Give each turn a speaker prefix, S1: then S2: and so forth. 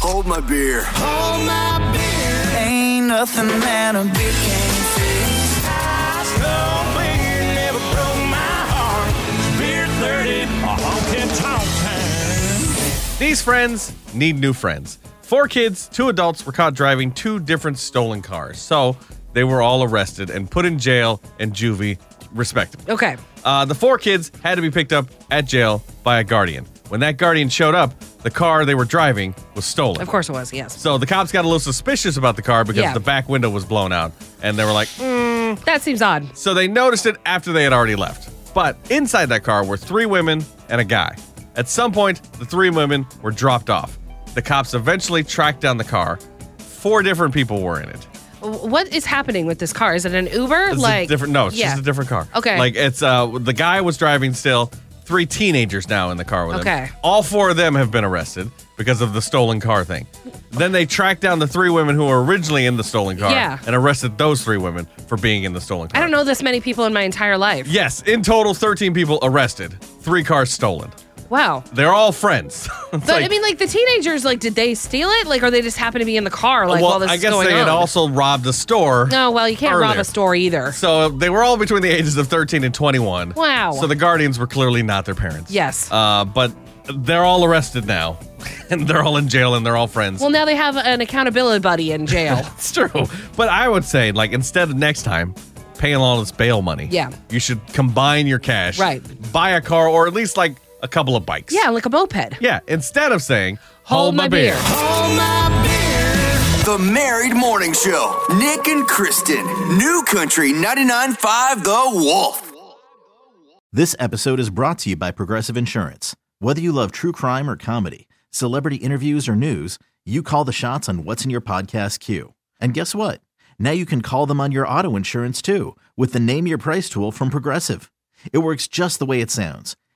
S1: Hold my beer. Hold my beer.
S2: Ain't nothing that a beer can't fix.
S3: No beer never broke my heart. Beer 30, a honky tonk time.
S4: These friends need new friends. Four kids, two adults were caught driving two different stolen cars. So they were all arrested and put in jail and juvie, respectively.
S5: Okay.
S4: Uh, the four kids had to be picked up at jail by a guardian. When that guardian showed up, the car they were driving was stolen.
S5: Of course it was, yes.
S4: So the cops got a little suspicious about the car because
S5: Yeah.
S4: the back window was blown out. And they were like,
S5: That seems odd.
S4: So they noticed it after they had already left. But inside that car were three women and a guy. At some point, the three women were dropped off. The cops eventually tracked down the car. Four different people were in it.
S5: W- What is happening with this car? Is it an Uber?
S4: It's
S5: like
S4: a different. No, it's
S5: yeah.
S4: just a different car.
S5: Okay.
S4: Like it's uh the guy was driving still. Three teenagers now in the car with him.
S5: Okay.
S4: All four of them have been arrested because of the stolen car thing. Then they tracked down the three women who were originally in the stolen car
S5: Yeah.
S4: and arrested those three women for being in the stolen car.
S5: I don't know this many people in my entire life.
S4: Yes, in total, 13 people arrested, three cars stolen.
S5: Wow.
S4: They're all friends. It's
S5: But I
S4: like-
S5: mean, like the teenagers, like, did they steal it? Like, or they just happen to be in the car, like, while
S4: well,
S5: this
S4: I
S5: is
S4: guess
S5: going
S4: they
S5: on?
S4: had also robbed a store.
S5: no, well, you can't rob
S4: earlier.
S5: a store either.
S4: So they were all between the ages of 13 and 21.
S5: Wow.
S4: So the guardians were clearly not their parents.
S5: Yes.
S4: Uh, but they're all arrested now, and they're all in jail, and they're all friends.
S5: well, now they have an accountability buddy in jail.
S4: It's true. But I would say, like, instead of next time paying all this bail money,
S5: Yeah.
S4: you should combine your cash,
S5: Right.
S4: Buy a car or at least like a couple of bikes.
S5: yeah, like a moped.
S4: Yeah. Instead of saying, "Hold, my, beer.
S1: Hold my beer. The Married Morning Show. Nick and Kristen. New Country 99.5 The Wolf.
S6: This episode is brought to you by Progressive Insurance. Whether you love true crime or comedy, celebrity interviews or news, you call the shots on what's in your podcast queue. And guess what? Now you can call them on your auto insurance too with the Name Your Price tool from Progressive. It works just the way it sounds.